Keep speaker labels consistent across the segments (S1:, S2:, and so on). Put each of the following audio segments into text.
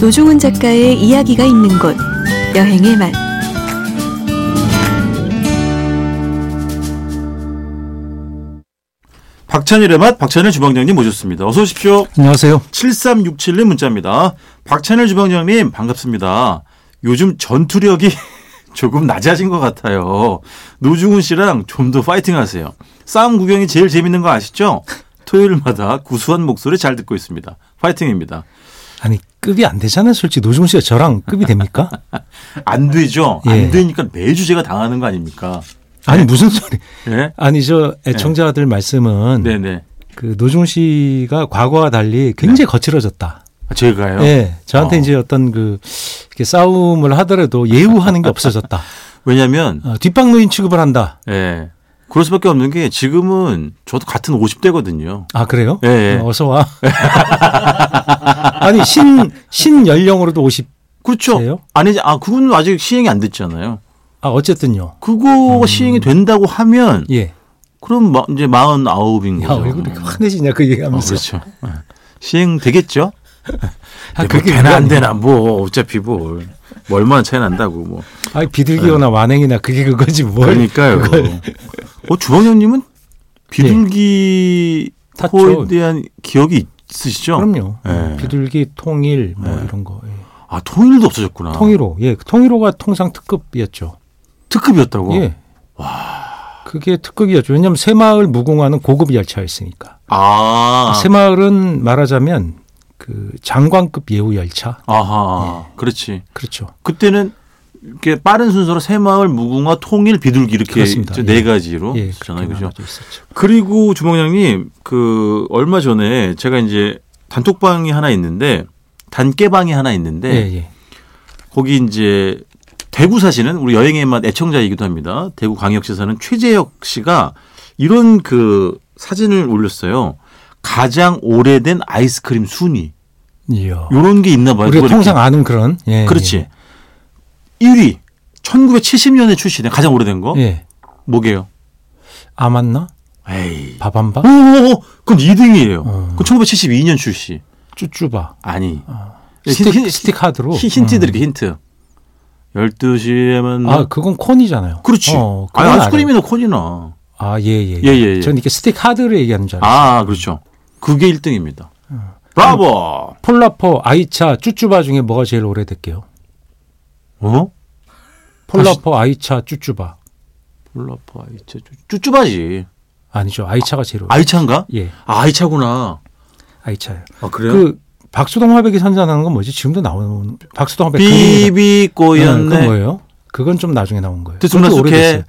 S1: 노중훈 작가의 이야기가 있는 곳 여행의 맛
S2: 박찬일의 맛 박찬일 주방장님 모셨습니다. 어서 오십시오.
S3: 안녕하세요.
S2: 7367님 문자입니다. 박찬일 주방장님 반갑습니다. 요즘 전투력이 조금 낮아진 것 같아요. 노중훈 씨랑 좀 더 파이팅하세요. 싸움 구경이 제일 재밌는 거 아시죠? 토요일마다 구수한 목소리 잘 듣고 있습니다. 파이팅입니다.
S3: 아니 급이 안 되잖아요. 솔직히 노중 씨가 저랑 급이 됩니까?
S2: 안 되죠?
S3: 예.
S2: 안 되니까 매주 제가 당하는 거 아닙니까? 네.
S3: 아니 무슨 소리?
S2: 예?
S3: 아니 저 애청자들 말씀은
S2: 네네.
S3: 그 노중 씨가 과거와 달리 굉장히 거칠어졌다.
S2: 아, 제가요?
S3: 예,
S2: 네.
S3: 저한테
S2: 어.
S3: 이제 어떤 그 이렇게 싸움을 하더라도 예우하는 게 없어졌다.
S2: 왜냐면,
S3: 어, 뒷방노인 취급을 한다.
S2: 예. 그럴 수밖에 없는 게 지금은 저도 같은 50대거든요.
S3: 아 그래요?
S2: 예, 예.
S3: 어, 어서 와. 아니 신 신연령으로도 50.
S2: 그렇죠.
S3: 돼요?
S2: 아니지. 아, 그건 아직 시행이 안 됐잖아요.
S3: 아 어쨌든요.
S2: 그거 시행이 된다고 하면
S3: 음. 예.
S2: 그럼 마, 이제 49인
S3: 야,
S2: 거죠.
S3: 왜 그렇게 화내시냐 그
S2: 어,
S3: 얘기하면서.
S2: 그렇죠. 예. 시행 되겠죠?
S3: 아,
S2: 뭐
S3: 그게
S2: 되나
S3: 왜
S2: 안 되나 뭐 어차피 뭘. 뭐 얼마나 차이 난다고 뭐.
S3: 아 비둘기거나 완행이나 그게 그거지 뭘.
S2: 그러니까요. 어, 주방장님은 비둘기
S3: 예. 탔죠.
S2: 코에 대한 기억이 있으시죠?
S3: 그럼요. 네,
S2: 예.
S3: 비둘기 통일 뭐 이런 거. 예.
S2: 아, 통일도 없어졌구나.
S3: 통일호. 예. 그 통일호가 통상 특급이었죠.
S2: 특급이었다고?
S3: 예. 와. 그게 특급이었죠. 왜냐하면 새마을 무공화는 고급 열차였으니까.
S2: 아.
S3: 새마을은 말하자면 그 장관급 예우 열차.
S2: 아하. 그렇지.
S3: 그렇죠.
S2: 그때는 이렇게 빠른 순서로 새마을 무궁화 통일 비둘기 이렇게
S3: 그렇습니다.
S2: 네
S3: 예.
S2: 가지로
S3: 예.
S2: 있잖아요.
S3: 그렇게
S2: 그죠?
S3: 나눠져 있었죠.
S2: 그리고 주방장님 그 얼마 전에 제가 이제 단톡방이 하나 있는데 단깨방이 하나 있는데
S3: 예, 예.
S2: 거기 이제 대구 사시는 우리 여행의 맛 애청자이기도 합니다. 대구 광역시 사는 최재혁 씨가 이런 그 사진을 올렸어요. 가장 오래된 아이스크림 순위.
S3: 이야.
S2: 요런 게 있나 봐요.
S3: 우리가
S2: 그걸
S3: 통상 아는 그런. 예,
S2: 이렇게. 그렇지. 1위. 1970년에 출시된 가장 오래된 거.
S3: 예. 예.
S2: 뭐게요? 어,
S3: 아 맞나?
S2: 에이.
S3: 밥한바?
S2: 오, 그럼 2등이에요.
S3: 어.
S2: 그 1972년 출시.
S3: 쭈쭈바.
S2: 아니.
S3: 어.
S2: 예,
S3: 스틱, 스틱 하드로.
S2: 힌, 힌트 드릴게요, 힌트. 12시에 만
S3: 어. 아, 그건 콘이잖아요.
S2: 음. 그렇지.
S3: 어, 그건
S2: 아니,
S3: 알아요.
S2: 아이스크림이나 콘이나.
S3: 아, 예, 예.
S2: 예, 예, 예.
S3: 전 이렇게 스틱 하드를 얘기하는 줄 알았어요.
S2: 아, 그렇죠. 그게 1등입니다.
S3: 어.
S2: 브라보!
S3: 폴라포, 아이차, 쭈쭈바 중에 뭐가 제일 오래됐게요?
S2: 어?
S3: 폴라포, 아이차, 쭈쭈바.
S2: 폴라파 아이차. 쭈- 쭈쭈바지.
S3: 아니죠. 아이차가 제일 오래.
S2: 아이차인가?
S3: 예,
S2: 아, 아이차구나.
S3: 아이차요.
S2: 아,
S3: 그 박수동 화백이 선전하는 건 뭐지? 지금도 나오는 박수동 화백 그러니까 그림이라- 응, 그건
S2: 비비꼬였네.
S3: 뭐예요? 그건 좀 나중에 나온 거예요.
S2: 듣습니다,
S3: 그것도
S2: 좋게.
S3: 오래됐어요.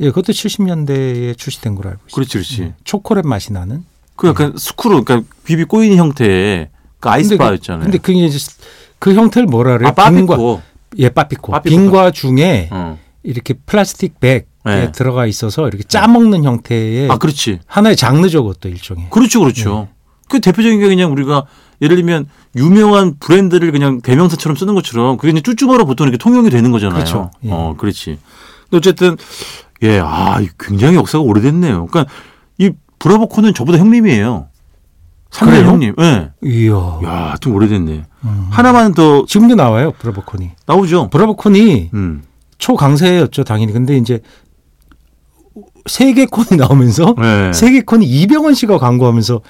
S3: 예, 그것도 70년대에 출시된 걸로 알고 있어요.
S2: 그렇지, 그렇지.
S3: 초콜릿 맛이 나는.
S2: 그 약간 스크루, 그러니까 비비 꼬인 형태의 그
S3: 근데 그-
S2: 아이스바였잖아요.
S3: 근데 그게 이제 스- 그 형태를 뭐라 그래요?
S2: 아,
S3: 빈과-
S2: 빠삐코.
S3: 예, 빠삐코.
S2: 빠삐코.
S3: 빈과 중에
S2: 어.
S3: 이렇게 플라스틱 백에
S2: 네.
S3: 들어가 있어서 이렇게 짜먹는 형태의
S2: 아, 그렇지.
S3: 하나의 장르죠, 그것도 일종의.
S2: 그렇죠, 그렇죠.
S3: 예.
S2: 그 대표적인 게 그냥 우리가 예를 들면 유명한 브랜드를 그냥 대명사처럼 쓰는 것처럼 그게 이제 쭈쭈바로 보통 이렇게 통용이 되는 거잖아요.
S3: 그렇죠. 예.
S2: 어, 그렇지. 근데 어쨌든 예, 아, 이 굉장히 역사가 오래됐네요. 그러니까 이 브라보코는 저보다 형님이에요. 삼대
S3: 그래요?
S2: 형님. 예.
S3: 이야.
S2: 야, 좀 오래됐네.
S3: 음.
S2: 하나만 더
S3: 지금도 나와요, 브라보콘이.
S2: 나오죠.
S3: 브라보콘이
S2: 음.
S3: 초강세였죠, 당연히. 근데 이제 세계 콘이 나오면서
S2: 네.
S3: 세계 콘이 이병헌 씨가 광고하면서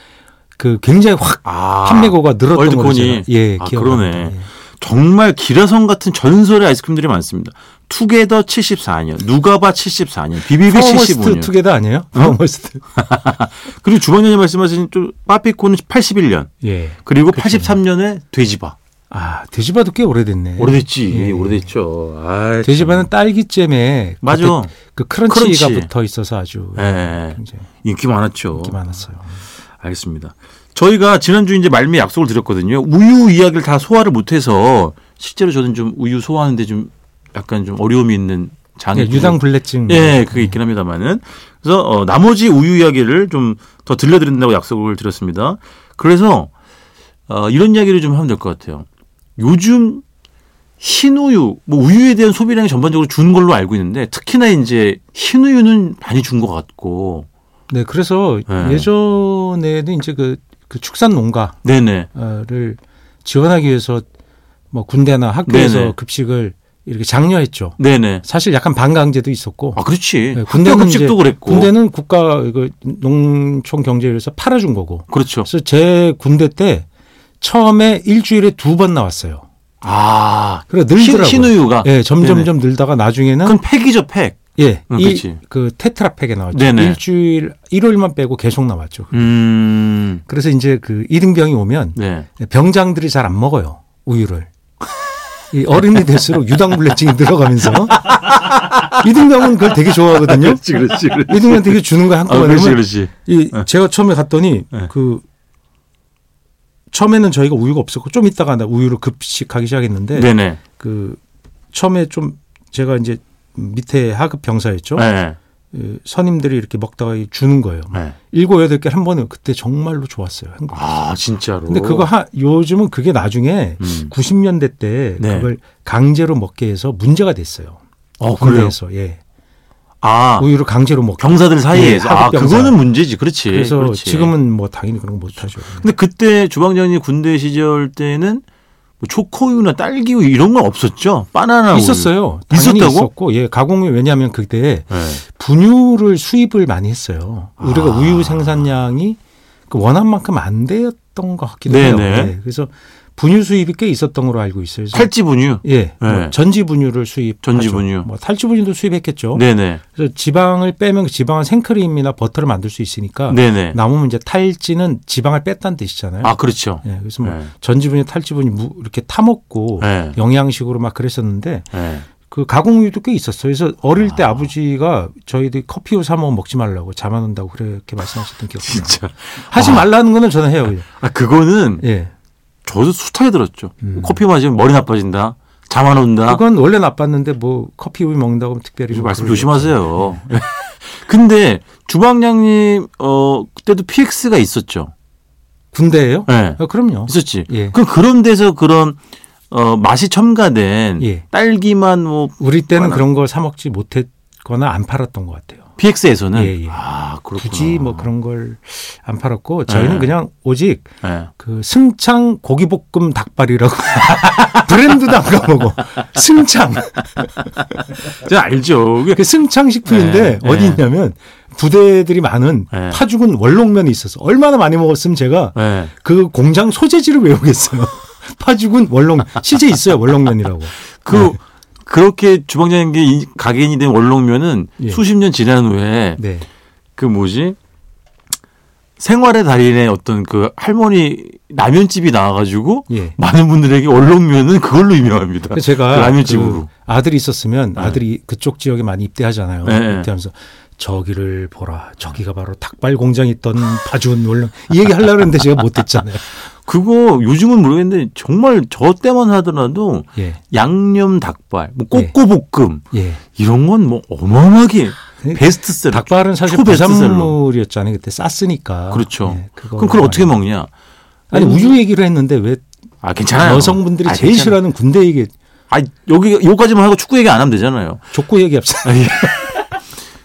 S3: 그 굉장히 확
S2: 아.
S3: 판매고가 늘었던
S2: 월드콘이.
S3: 거죠. 예,
S2: 아,
S3: 기억.
S2: 그러네. 정말 기라성 같은 전설의 아이스크림들이 많습니다. 투게더 74년, 누가바 74년, 비비비
S3: 퍼머스트
S2: 75년. 어?
S3: 투게더 아니에요? 퍼머스트.
S2: 그리고 주방장님 말씀하신 좀 빠피코는 81년
S3: 예.
S2: 그리고 83년에 돼지바
S3: 아, 돼지바도 꽤 오래됐네.
S2: 오래됐지
S3: 예.
S2: 오래됐죠. 아,
S3: 돼지바는 딸기잼에
S2: 맞아.
S3: 그때 그 크런치가
S2: 크런치.
S3: 붙어 있어서 아주
S2: 예,
S3: 굉장히
S2: 인기 많았죠.
S3: 인기 많았어요.
S2: 알겠습니다. 저희가 지난주 이제 말미 약속을 드렸거든요. 우유 이야기를 다 소화를 못해서 실제로 저는 좀 우유 소화하는데 좀 약간 좀 어려움이 있는 장애
S3: 예, 유당불내증.
S2: 아, 그 예, 그게 있긴 합니다만은. 그래서 어, 나머지 우유 이야기를 좀 더 들려드린다고 약속을 드렸습니다. 그래서 어, 이런 이야기를 좀 하면 될 것 같아요. 요즘 흰우유, 뭐 우유에 대한 소비량이 전반적으로 준 걸로 알고 있는데 특히나 이제 흰우유는 많이 준 것 같고,
S3: 네, 그래서
S2: 예.
S3: 예전에는 이제 그, 그 축산
S2: 네네,
S3: 농가를 지원하기 위해서 뭐 군대나 학교에서
S2: 네네.
S3: 급식을 이렇게 장려했죠.
S2: 네네.
S3: 사실 약간 반강제도 있었고
S2: 아 그렇지.
S3: 네,
S2: 학교
S3: 군대는
S2: 급식도
S3: 이제-
S2: 그랬고.
S3: 군대는 국가 그 농촌 경제에서 팔아준 거고.
S2: 그렇죠.
S3: 그래서 제 군대 때 처음에 일주일에 두 번 나왔어요.
S2: 아
S3: 그래
S2: 흰,
S3: 늘더라고요.
S2: 흰우유가.
S3: 예, 점점점 늘다가 나중에는
S2: 그건 팩이죠 팩.
S3: 예,
S2: 응, 음, 그치.
S3: 이 그 테트라팩에 나왔죠.
S2: 네네.
S3: 일주일 일요일만 빼고 계속 나왔죠.
S2: 음.
S3: 그래서 이제 그 이등병이 오면
S2: 네.
S3: 병장들이 잘 안 먹어요 우유를. 이 어른이 될수록 유당불내증이 늘어가면서 이등병은 그걸 되게 좋아하거든요.
S2: 그렇지 그렇지.
S3: 이등병 되게 주는 거
S2: 아
S3: 한꺼번에.
S2: 그렇지
S3: 하면
S2: 그렇지.
S3: 이
S2: 네.
S3: 제가 처음에 갔더니
S2: 네.
S3: 그 처음에는 저희가 우유가 없었고 좀 있다가 나 우유를 급식하기 시작했는데
S2: 네네.
S3: 그 처음에 좀 제가 이제 밑에 하급 병사였죠.
S2: 네.
S3: 그 선임들이 이렇게 먹다가 이게 주는 거예요.
S2: 네.
S3: 일곱 여덟 개 한 번에 그때 정말로 좋았어요. 행복.
S2: 아 진짜로.
S3: 근데 그거 하, 요즘은 그게 나중에
S2: 음.
S3: 90년대 때
S2: 네.
S3: 그걸 강제로 먹게 해서 문제가 됐어요.
S2: 어 그래요.
S3: 군대에서 예.
S2: 아
S3: 우유를 강제로 먹게.
S2: 경사들 사이에서
S3: 예,
S2: 아
S3: 하급 병사.
S2: 그거는 문제지. 그렇지.
S3: 그래서
S2: 그렇지. 음.
S3: 지금은 뭐 당연히 그런 거 못하죠.
S2: 근데 그때 주방장님 군대 시절 때는 뭐 초코우유나 딸기우유 이런 건 없었죠. 바나나 우유.
S3: 있었어요. 당연히
S2: 있었다고?
S3: 있었고 예 가공이 왜냐하면 그때
S2: 네.
S3: 분유를 수입을 많이 했어요. 우리가
S2: 아.
S3: 우유 생산량이 그 원한 만큼 안 되었던 것 같기도
S2: 네네.
S3: 해요. 네. 그래서 분유 수입이 꽤 있었던 걸로 알고 있어요. 그래서
S2: 탈지 분유.
S3: 예, 뭐
S2: 네.
S3: 전지 분유를 수입,
S2: 전지 분유.
S3: 뭐 탈지 분유도 수입했겠죠.
S2: 네네.
S3: 그래서 지방을 빼면 그 지방은 생크림이나 버터를 만들 수 있으니까
S2: 네네.
S3: 남으면 이제 탈지는 지방을 뺐다는 뜻이잖아요.
S2: 아 그렇죠.
S3: 예, 그래서 뭐
S2: 네.
S3: 전지 분유, 탈지 분유 무- 이렇게 타 먹고
S2: 네.
S3: 영양식으로 막 그랬었는데
S2: 네.
S3: 그 가공우유도 꽤 있었어요. 그래서 어릴 때
S2: 아.
S3: 아. 버지가 저희들이 커피우 사 먹으면 먹지 말라고 잠안 온다고 그렇게 말씀하셨던 기억이 나요.
S2: 진짜.
S3: 하지
S2: 아.
S3: 말라는 거는 저는 해요. 그냥.
S2: 아 그거는
S3: 예.
S2: 저도 숱하게 들었죠.
S3: 음.
S2: 커피 마시면 머리 나빠진다. 잠 안 온다.
S3: 그건 원래 나빴는데 뭐 커피우유 먹는다고 하면 특별히
S2: 요즘 아.
S3: 뭐
S2: 말씀
S3: 그럴
S2: 조심하세요.
S3: 네.
S2: 네. 근데 주방장님 어 그때도 PX가 있었죠.
S3: 군대예요?
S2: 네.
S3: 아, 그럼요.
S2: 있었지.
S3: 예.
S2: 그 그런 데서 그런 어 맛이 첨가된
S3: 예.
S2: 딸기만 뭐
S3: 우리 때는
S2: 많아.
S3: 그런 걸 사 먹지 못했거나 안 팔았던 것 같아요.
S2: PX에서는
S3: 예, 예.
S2: 아 그렇구나.
S3: 굳이 뭐 그런 걸 안 팔았고 저희는
S2: 네.
S3: 그냥 오직
S2: 예.
S3: 그 승창 고기볶음 닭발이라고 브랜드도 안 가보고 승창
S2: 제가 알죠. 그게
S3: 그
S2: 네,
S3: 승창식품인데 어디
S2: 네.
S3: 있냐면 부대들이 많은
S2: 네.
S3: 파죽은 원롱면이 있어서 얼마나 많이 먹었으면 제가
S2: 예.
S3: 그 공장 소재지를 외우겠어요. 파죽은 원롱 시제 있어요 원롱면이라고.
S2: 그
S3: 네.
S2: 그렇게 주방장님께 인- 각인이 된 원롱면은
S3: 예.
S2: 수십 년 지난 후에
S3: 네.
S2: 그 뭐지 생활의 달인의 어떤 그 할머니 라면집이 나와가지고
S3: 예.
S2: 많은 분들에게 얼룩면은 그걸로 유명합니다.
S3: 그래서 제가
S2: 그 라면집으로.
S3: 그 아들이 있었으면
S2: 네.
S3: 아들이 그쪽 지역에 많이 입대하잖아요.
S2: 네, 네.
S3: 입대하면서 저기를 보라. 저기가 바로 닭발 공장이 있던 파주원 원룸. 이 얘기 하려고 했는데 제가 못했잖아요.
S2: 그거 요즘은 모르겠는데 정말 저 때만 하더라도
S3: 예.
S2: 양념 닭발, 뭐 꼬꼬볶음
S3: 예.
S2: 이런 건 뭐 어마어마하게 베스트셀러.
S3: 그러니까 닭발은 사실
S2: 네. 초베스트셀러.
S3: 부산물이었잖아요. 그때 쌌으니까.
S2: 그렇죠.
S3: 예, 그거
S2: 그럼 그걸 어떻게
S3: 많이-
S2: 먹냐?
S3: 아니 우유 얘기를 했는데 왜
S2: 아 괜찮아요.
S3: 여성분들이
S2: 아,
S3: 제일
S2: 괜찮아요.
S3: 싫어하는 군대 얘기,
S2: 아 여기 여기까지만 하고 축구 얘기 안 하면 되잖아요.
S3: 족구 얘기 합시다.
S2: 아, 예.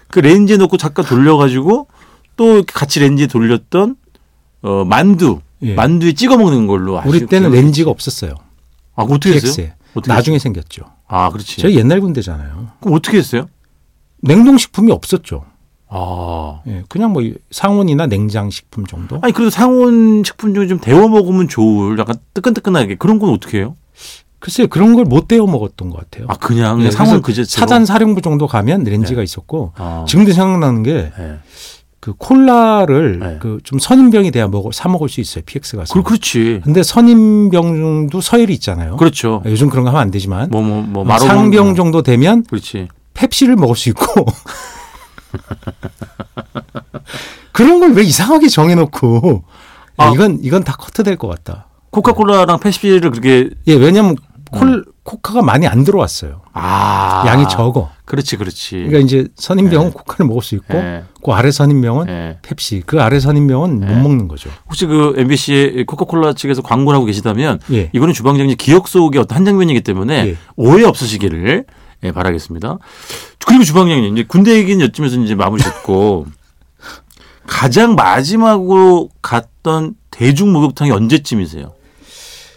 S2: 그 렌즈에 넣고 잠깐 돌려가지고 또 이렇게 같이 렌즈에 돌렸던 어, 만두.
S3: 예.
S2: 만두에 찍어 먹는 걸로 아시죠?
S3: 우리 때는 렌즈가 없었어요.
S2: 아, 그거 어떻게 했어요?
S3: PX에.
S2: 어떻게
S3: 나중에 생겼죠.
S2: 아, 그렇지.
S3: 저희 옛날 군대잖아요.
S2: 그럼 어떻게 했어요?
S3: 냉동식품이 없었죠.
S2: 아.
S3: 예, 그냥 뭐 상온이나 냉장식품 정도.
S2: 아니, 그래도 상온 식품 중에 좀 데워 먹으면 좋을 약간 뜨끈뜨끈하게 그런 건 어떻게 해요?
S3: 글쎄요, 그런 걸 못 데워 먹었던 것 같아요.
S2: 아, 그냥,
S3: 예,
S2: 그냥 상온
S3: 그래서
S2: 그 자체로.
S3: 사단 사령부 정도 가면 렌즈가 있었고
S2: 아.
S3: 지금도 생각나는 게
S2: 예.
S3: 그 콜라를
S2: 네.
S3: 그 좀 선임병이 돼야 먹어 사 먹을 수 있어요. PX 가서.
S2: 그, 그렇지.
S3: 근데 선임병도 서열이 있잖아요.
S2: 그렇죠.
S3: 아, 요즘 그런 거 하면 안 되지만
S2: 뭐, 뭐, 뭐, 마로.
S3: 상병 정도 되면
S2: 그렇지.
S3: 펩시를 먹을 수 있고 그런 걸 왜 이상하게 정해놓고 야,
S2: 아.
S3: 이건 이건 다 커트될 것 같다.
S2: 코카콜라랑 페시피를 그렇게.
S3: 예, 왜냐하면 콜 코카가 많이 안 들어왔어요.
S2: 음. 아.
S3: 양이 적어.
S2: 그렇지, 그렇지.
S3: 그러니까 이제 선임병은 코카를 먹을 수 있고
S2: 예.
S3: 그 아래 선임병은
S2: 예.
S3: 펩시. 그 아래 선임병은
S2: 네.
S3: 못 먹는 거죠.
S2: 혹시 그 MBC의 코카콜라 측에서 광고를 하고 계시다면
S3: 예.
S2: 이거는 주방장님 기억 속의 어떤 한 장면이기 때문에
S3: 예.
S2: 오해 없으시기를 예, 바라겠습니다. 그리고 주방장님 이제 군대 얘기는 여쯤에서 이제 마무리 짓고 가장 마지막으로 갔던 대중 목욕탕이 언제쯤이세요?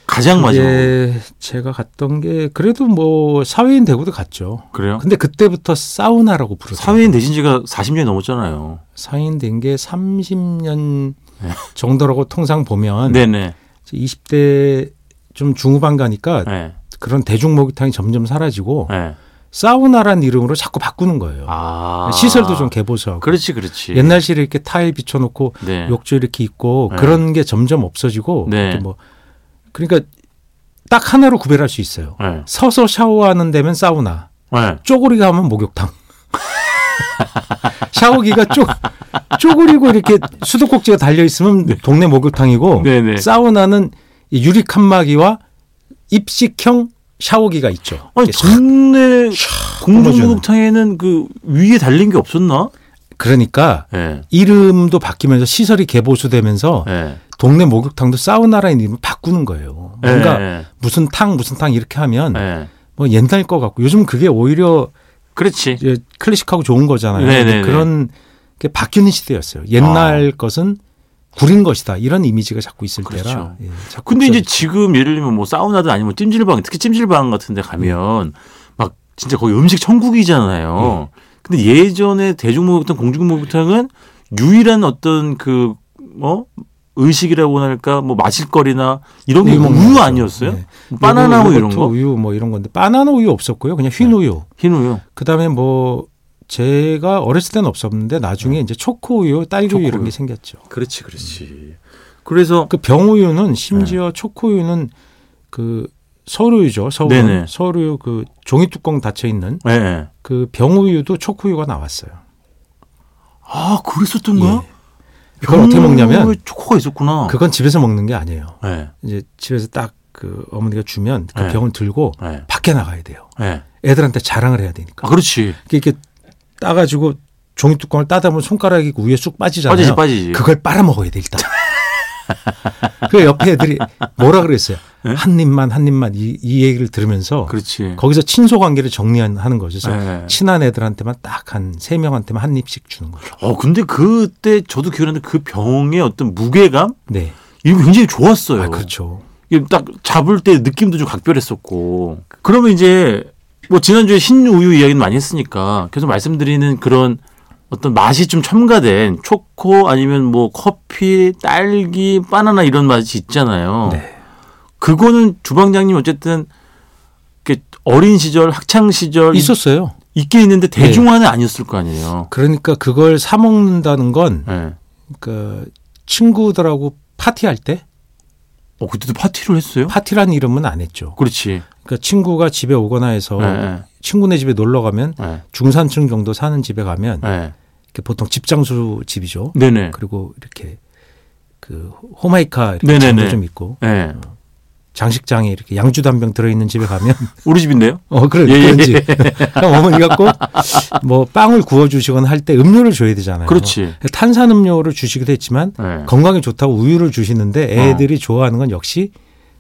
S2: 가장 마지막
S3: 예, 제가 갔던 게 그래도 뭐 사회인 되고도 갔죠.
S2: 그래요?
S3: 근데 그때부터 사우나라고 부르죠.
S2: 사회인 되신 지가 40년이 넘었잖아요.
S3: 사회인 된 게 30년
S2: 네.
S3: 정도라고 통상 보면
S2: 네네.
S3: 20대 좀 중후반 가니까
S2: 네.
S3: 그런 대중 목욕탕이 점점 사라지고
S2: 네.
S3: 사우나란 이름으로 자꾸 바꾸는 거예요.
S2: 아
S3: 시설도 좀 개보수하고
S2: 그렇지 그렇지.
S3: 옛날식으로 이렇게 타일 비춰놓고
S2: 네.
S3: 욕조 이렇게 있고
S2: 네.
S3: 그런 게 점점 없어지고
S2: 네.
S3: 이렇게 뭐 그러니까 딱 하나로 구별할 수 있어요.
S2: 네.
S3: 서서 샤워하는 데면 사우나,
S2: 네.
S3: 쪼그리 가면 목욕탕. 샤워기가 쪼, 쪼그리고 이렇게 수도꼭지가 달려 있으면 동네 목욕탕이고
S2: 네네.
S3: 사우나는 이 유리 칸막이와 입식형 샤워기가 있죠.
S2: 아니
S3: 이렇게
S2: 동네
S3: 끊어주는.
S2: 공중목욕탕에는 그 위에 달린 게 없었나?
S3: 그러니까
S2: 예.
S3: 이름도 바뀌면서 시설이 개보수되면서
S2: 예.
S3: 동네 목욕탕도 사우나라는 이름을 바꾸는 거예요. 뭔가
S2: 예.
S3: 무슨 탕 무슨 탕 이렇게 하면
S2: 예.
S3: 뭐 옛날 거 같고 요즘 그게 오히려
S2: 그렇지.
S3: 이제 클래식하고 좋은 거잖아요.
S2: 네네네. 아.
S3: 근데 그런 게 바뀌는 시대였어요. 옛날 것은 구린 것이다 이런 이미지가 자꾸 있을
S2: 그렇죠.
S3: 때라. 예, 자꾸
S2: 근데 이제
S3: 없어지-
S2: 지금 예를 들면 뭐 사우나든 아니면 찜질방 특히 찜질방 같은 데 가면 막 진짜 거의 음식 천국이잖아요. 근데 예전에 대중목욕탕 공중목욕탕은 유일한 어떤 그뭐 의식이라고 할까 뭐 네, 마실거리나 이런 게
S3: 우유 먹는
S2: 우유
S3: 거죠.
S2: 아니었어요? 그
S3: 네.
S2: 바나나
S3: 요거-
S2: 우유 이런
S3: 요거트
S2: 거? 네.
S3: 우유 뭐 이런 건데 바나나 우유 없었고요. 그냥 흰 우유.
S2: 흰 우유.
S3: 그다음에 뭐 제가 어렸을 때는 없었는데 나중에 이제 초코 우유, 딸기 우유 이런
S2: 네. 초코우유.
S3: 게 생겼죠.
S2: 그렇지, 그렇지. 그래서
S3: 그
S2: 네.
S3: 병우유는 심지어 초코우유는 그 서류유죠. 서울
S2: 네네.
S3: 서류 그 종이 뚜껑 닫혀 있는
S2: 예. 예.
S3: 그 병우유도 초코우유가 나왔어요.
S2: 아, 그랬었던가?
S3: 예. 그걸 어떻게 먹냐면
S2: 왜 초코가 있었구나.
S3: 그건 집에서 먹는 게 아니에요.
S2: 예.
S3: 이제 집에서 딱 그 어머니가 주면 그
S2: 네.
S3: 병을 들고
S2: 예.
S3: 밖에 나가야 돼요.
S2: 예.
S3: 애들한테 자랑을 해야
S2: 아,
S3: 되니까.
S2: 그렇지.
S3: 이렇게 따가지고 종이 뚜껑을 따다 보면 손가락이 그 위에 쑥 빠지잖아요.
S2: 빠지지, 빠지지.
S3: 그걸 빨아먹어야 돼 일단. 그 옆에 애들이 뭐라 그랬어요. 한 입만 한 입만 이, 이 얘기를 들으면서
S2: 예? 그렇지.
S3: 거기서 친소 관계를 정리하는 거죠. 그래서
S2: 예.
S3: 친한 애들한테만 딱 한 세 명한테만 한 입씩 주는 거죠.
S2: 어, 근데 그때 저도 기억하는데 그 병의 어떤 무게감?
S3: 네,
S2: 이거 굉장히 좋았어요.
S3: 아, 그렇죠.
S2: 이게 딱 잡을 때 느낌도 좀 각별했었고. 그러면 이제 뭐 지난주에 신우유 이야기는 많이 했으니까 계속 말씀드리는 그런 어떤 맛이 좀 첨가된 초코 아니면 뭐 커피, 딸기, 바나나 이런 맛이 있잖아요.
S3: 네.
S2: 그거는 주방장님 어쨌든 이렇게 어린 시절, 학창 시절
S3: 있었어요.
S2: 있게 있는데 대중화는 아니었을 거 아니에요.
S3: 그러니까 그걸 사 먹는다는 건
S2: 예.
S3: 그 친구들하고 파티할 때
S2: 어, 그때도 파티를 했어요?
S3: 파티란 이름은 안 했죠.
S2: 그렇지.
S3: 그러니까 친구가 집에 오거나 해서
S2: 예, 예,
S3: 친구네 집에 놀러 가면
S2: 예,
S3: 중산층 정도 사는 집에 가면
S2: 예.
S3: 이렇게 보통 집장수 집이죠.
S2: 네네.
S3: 그리고 이렇게 그 호마이카 이렇게
S2: 네네네.
S3: 장도 좀 있고
S2: 예.
S3: 장식장에 이렇게 양주 단병 들어 있는 집에 가면
S2: 우리 집인데요?
S3: 어 그래
S2: 예, 예.
S3: 그런지 그럼 어머니가 꼭 뭐 빵을 구워 주시거나 할 때 음료를 줘야 되잖아요.
S2: 그렇지.
S3: 탄산 음료를 주시기도 했지만
S2: 예.
S3: 건강에 좋다고 우유를
S2: 네.
S3: 주시는데 애들이 좋아하는 건 역시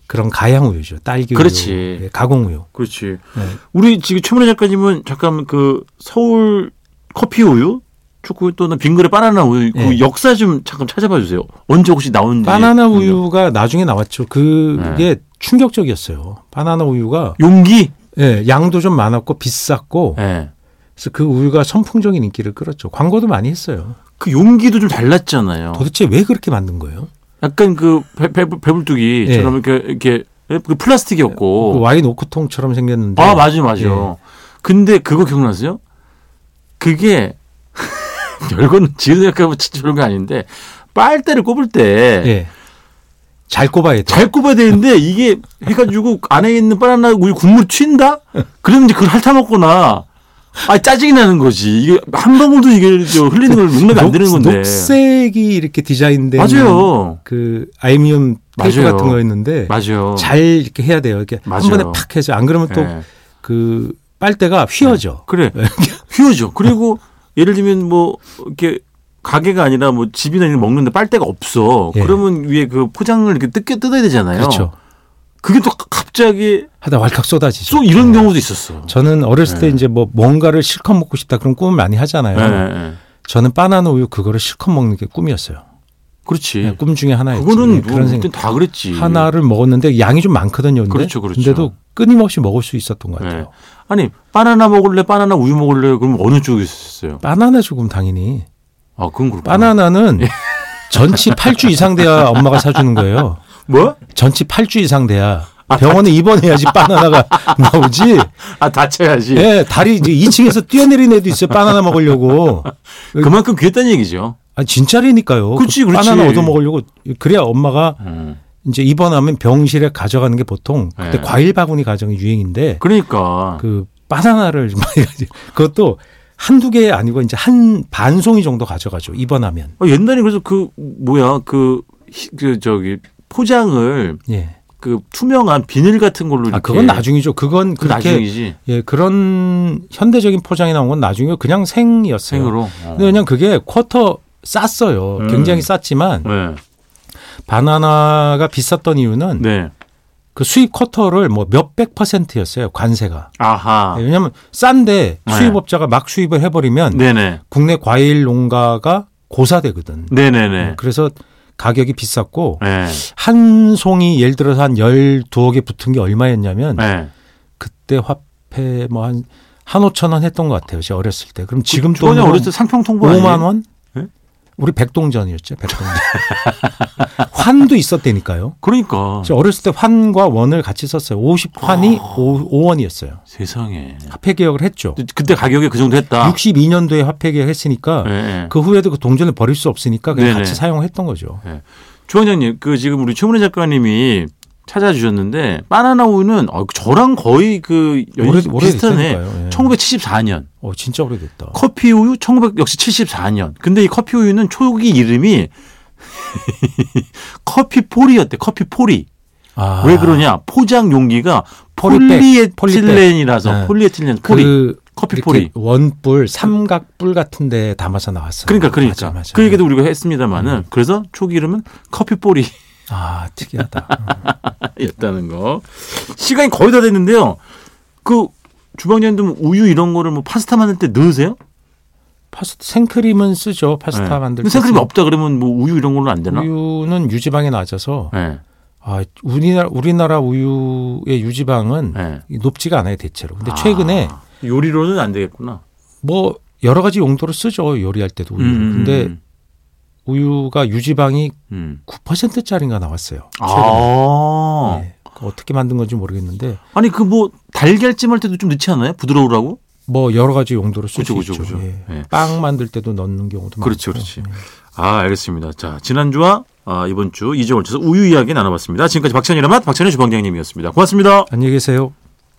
S3: 그런 가양 우유죠. 딸기 우유,
S2: 그렇지.
S3: 예, 가공 우유.
S2: 그렇지.
S3: 네.
S2: 우리 지금 최문혜 작가님은 잠깐 그 서울 커피 우유, 초코 또는 빙그레 바나나 우유 그
S3: 네.
S2: 역사 좀 잠깐 찾아봐 주세요. 언제 혹시 나온지.
S3: 바나나 우유가 나중에 나왔죠. 그게
S2: 네.
S3: 충격적이었어요. 바나나 우유가
S2: 용기.
S3: 예, 양도 좀 많았고 비쌌고
S2: 예.
S3: 그래서 그 우유가 선풍적인 인기를 끌었죠. 광고도 많이 했어요.
S2: 그 용기도 좀 달랐잖아요.
S3: 도대체 왜 그렇게 만든 거예요?
S2: 약간 그 배, 배,
S3: 네.
S2: 배불뚝이처럼 이렇게 이렇게 그 플라스틱이었고.
S3: 그 와인 오크통처럼 생겼는데
S2: 아 맞아 맞아.
S3: 예.
S2: 근데 그거 기억나세요? 그게 별거는 지금 생각하면 진짜 별거 아닌데 빨대를 꼽을 때 잘
S3: 예. 잘 꼽아야 돼.
S2: 꼽아야 되는데 이게 해가지고 안에 있는 바나나 우유 국물 튄다? 그러면 이제 그걸 핥아먹거나 아 짜증이 나는 거지. 이게 한 방울도 이게 저 흘리는 걸 용납이 안 되는 건데.
S3: 녹색이 이렇게 디자인된
S2: 맞아요.
S3: 그 알미늄 테이프
S2: 맞아요.
S3: 같은 거였는데
S2: 맞아요.
S3: 잘 이렇게 해야 돼요. 이렇게
S2: 맞아요.
S3: 한 번에 팍 해서 안 그러면
S2: 예.
S3: 또 그 빨대가 휘어져.
S2: 그래. 휘어져. 그리고 예를 들면 뭐 이렇게 가게가 아니라 뭐 집이나 이런 데 먹는데 빨대가 없어.
S3: 예.
S2: 그러면 위에 그 포장을 이렇게 뜯겨 뜯어야 되잖아요.
S3: 그렇죠.
S2: 게또 갑자기
S3: 하다 왈칵 쏟아지죠.
S2: 쏙 이런 경우도 있었어.
S3: 예. 저는 어렸을 때
S2: 네.
S3: 이제 뭐 뭔가를 실컷 먹고 싶다 그런 꿈을 많이 하잖아요.
S2: 예, 예, 예.
S3: 저는 바나나 우유 그거를 실컷 먹는 게 꿈이었어요.
S2: 그렇지.
S3: 네, 꿈 중에 하나였지.
S2: 예. 그거는 뭐
S3: 네,
S2: 누가
S3: 그런
S2: 그땐
S3: 생각.
S2: 다 그랬지.
S3: 하나를 먹었는데 양이 좀 많거든요. 근데.
S2: 그렇죠, 그렇죠.
S3: 근데도 끊임없이 먹을 수 있었던 것
S2: 네.
S3: 같아요.
S2: 아니 바나나 먹을래, 바나나 우유 먹을래. 그럼 어느 쪽이었어요?
S3: 바나나 조금 당연히.
S2: 아, 그건 그렇고.
S3: 바나나는
S2: 예.
S3: 전치 8주 이상 돼야 엄마가 사주는 거예요.
S2: 뭐?
S3: 전치 8주 이상 돼야 병원에 입원해야지 바나나가 나오지.
S2: 아 다쳐야지.
S3: 예, 다리 이제 2층에서 뛰어내린 애도 있어요. 바나나 먹으려고.
S2: 그만큼 귀했다는 얘기죠.
S3: 아, 진짜라니까요.
S2: 그렇지,
S3: 그
S2: 그렇지.
S3: 바나나 얻어 먹으려고. 그래야 엄마가
S2: 음.
S3: 이제 입원하면 병실에 가져가는 게 보통 그때
S2: 네.
S3: 과일 바구니 가정이 유행인데
S2: 그러니까.
S3: 그 바나나를 좀 많이 가지. 그것도 한두 개 아니고 이제 한 반 송이 정도 가져가죠. 입원하면.
S2: 아, 옛날에 그래서 그 뭐야 그, 히- 그 저기 포장을
S3: 예.
S2: 그 투명한 비닐 같은 걸로
S3: 아,
S2: 이렇게
S3: 그건 나중이죠. 그건
S2: 그
S3: 그렇게
S2: 나중이지
S3: 예, 그런 현대적인 포장이 나온 건 나중에 그냥 생이었어요.
S2: 생으로.
S3: 근데 그냥 그게 쿼터 쌌어요.
S2: 음.
S3: 굉장히 쌌지만
S2: 네.
S3: 바나나가 비쌌던 이유는
S2: 네.
S3: 그 수입 쿼터를 뭐 몇백 퍼센트였어요. 관세가.
S2: 아하.
S3: 예, 왜냐하면 싼데
S2: 네.
S3: 수입업자가 막 수입을 해버리면
S2: 네네.
S3: 국내 과일 농가가 고사되거든.
S2: 네네네.
S3: 어, 그래서 가격이 비쌌고
S2: 네.
S3: 한 송이 예를 들어서 한 12개 붙은 게 얼마였냐면
S2: 네.
S3: 그때 화폐 뭐 한 한 오천 원 했던 것 같아요. 제가 어렸을 때. 그럼 지금
S2: 그 전에
S3: 돈으로
S2: 어렸을 때 상평 통보 아니에요?
S3: 5만 원?
S2: 예?
S3: 우리 백동전이었죠. 백동전. 환도 있었다니까요.
S2: 그러니까
S3: 제가 어렸을 때 환과 원을 같이 썼어요. 50환이
S2: 아.
S3: 오 5원이었어요.
S2: 세상에.
S3: 화폐 개혁을 했죠.
S2: 근데 그때 가격이 그 정도 했다.
S3: 62년도에 화폐 개혁을 했으니까
S2: 예, 예.
S3: 그 후에도 그 동전을 버릴 수 없으니까 그냥
S2: 네네.
S3: 같이 사용했던 거죠.
S2: 주원장님, 그 지금 우리 최문혜 작가님이 찾아주셨는데 바나나 우유는 어, 저랑 거의 그 연-
S3: 오래- 오래
S2: 비슷하네.
S3: 됐다니까요. 예.
S2: 1974년.
S3: 어, 진짜 오래됐다.
S2: 커피 우유 1900 역시 74년. 근데 이 커피 우유는 초기 이름이 커피 포리였대. 커피 포리.
S3: 아,
S2: 왜 그러냐? 포장 용기가
S3: 포리백,
S2: 폴리에틸렌이라서
S3: 네.
S2: 폴리에틸렌
S3: 그
S2: 포리. 커피
S3: 이렇게
S2: 포리.
S3: 원뿔, 삼각뿔 같은 데 담아서 나왔어요.
S2: 그러니까 그러니까
S3: 맞아, 네. 맞아.
S2: 그 얘기도 우리가 했습니다마는 그래서 초기 이름은 커피 포리였다는
S3: 아, 특이하다.
S2: 거. 시간이 거의 다 됐는데요. 그 주방장님도 우유 이런 거를 뭐 파스타 만들 때 넣으세요?
S3: 파스타 생크림은 쓰죠. 파스타
S2: 네.
S3: 만들
S2: 근데
S3: 때.
S2: 생크림이 없다 그러면 뭐 우유 이런 걸로 안 되나?
S3: 우유는 유지방이 낮아서
S2: 예.
S3: 아, 우리나라 우리나라 우유의 유지방은
S2: 예.
S3: 높지가 않아요, 대체로. 근데 최근에
S2: 아, 요리로는 안 되겠구나.
S3: 뭐 여러 가지 용도로 쓰죠. 요리할 때도 우유.
S2: 음,
S3: 근데
S2: 음,
S3: 우유가 유지방이
S2: 음.
S3: 9%짜리가 나왔어요. 최근에.
S2: 아.
S3: 네. 그거 어떻게 만든 건지 모르겠는데
S2: 아니 그 뭐 달걀찜 할 때도 좀 넣지 않아요? 부드러우라고?
S3: 뭐 여러 가지 용도로 쓸
S2: 그죠,
S3: 수
S2: 그죠,
S3: 있죠.
S2: 그죠.
S3: 예. 음,
S2: 예.
S3: 빵 만들 때도 넣는 경우도
S2: 그렇죠, 그렇지,
S3: 많고.
S2: 그렇지. 아, 알겠습니다. 자, 지난주와 아, 이번 주 2주 걸쳐서 우유 이야기 나눠봤습니다. 지금까지 박찬일의 맛, 박찬일 주방장님이었습니다. 고맙습니다.
S3: 안녕히 계세요.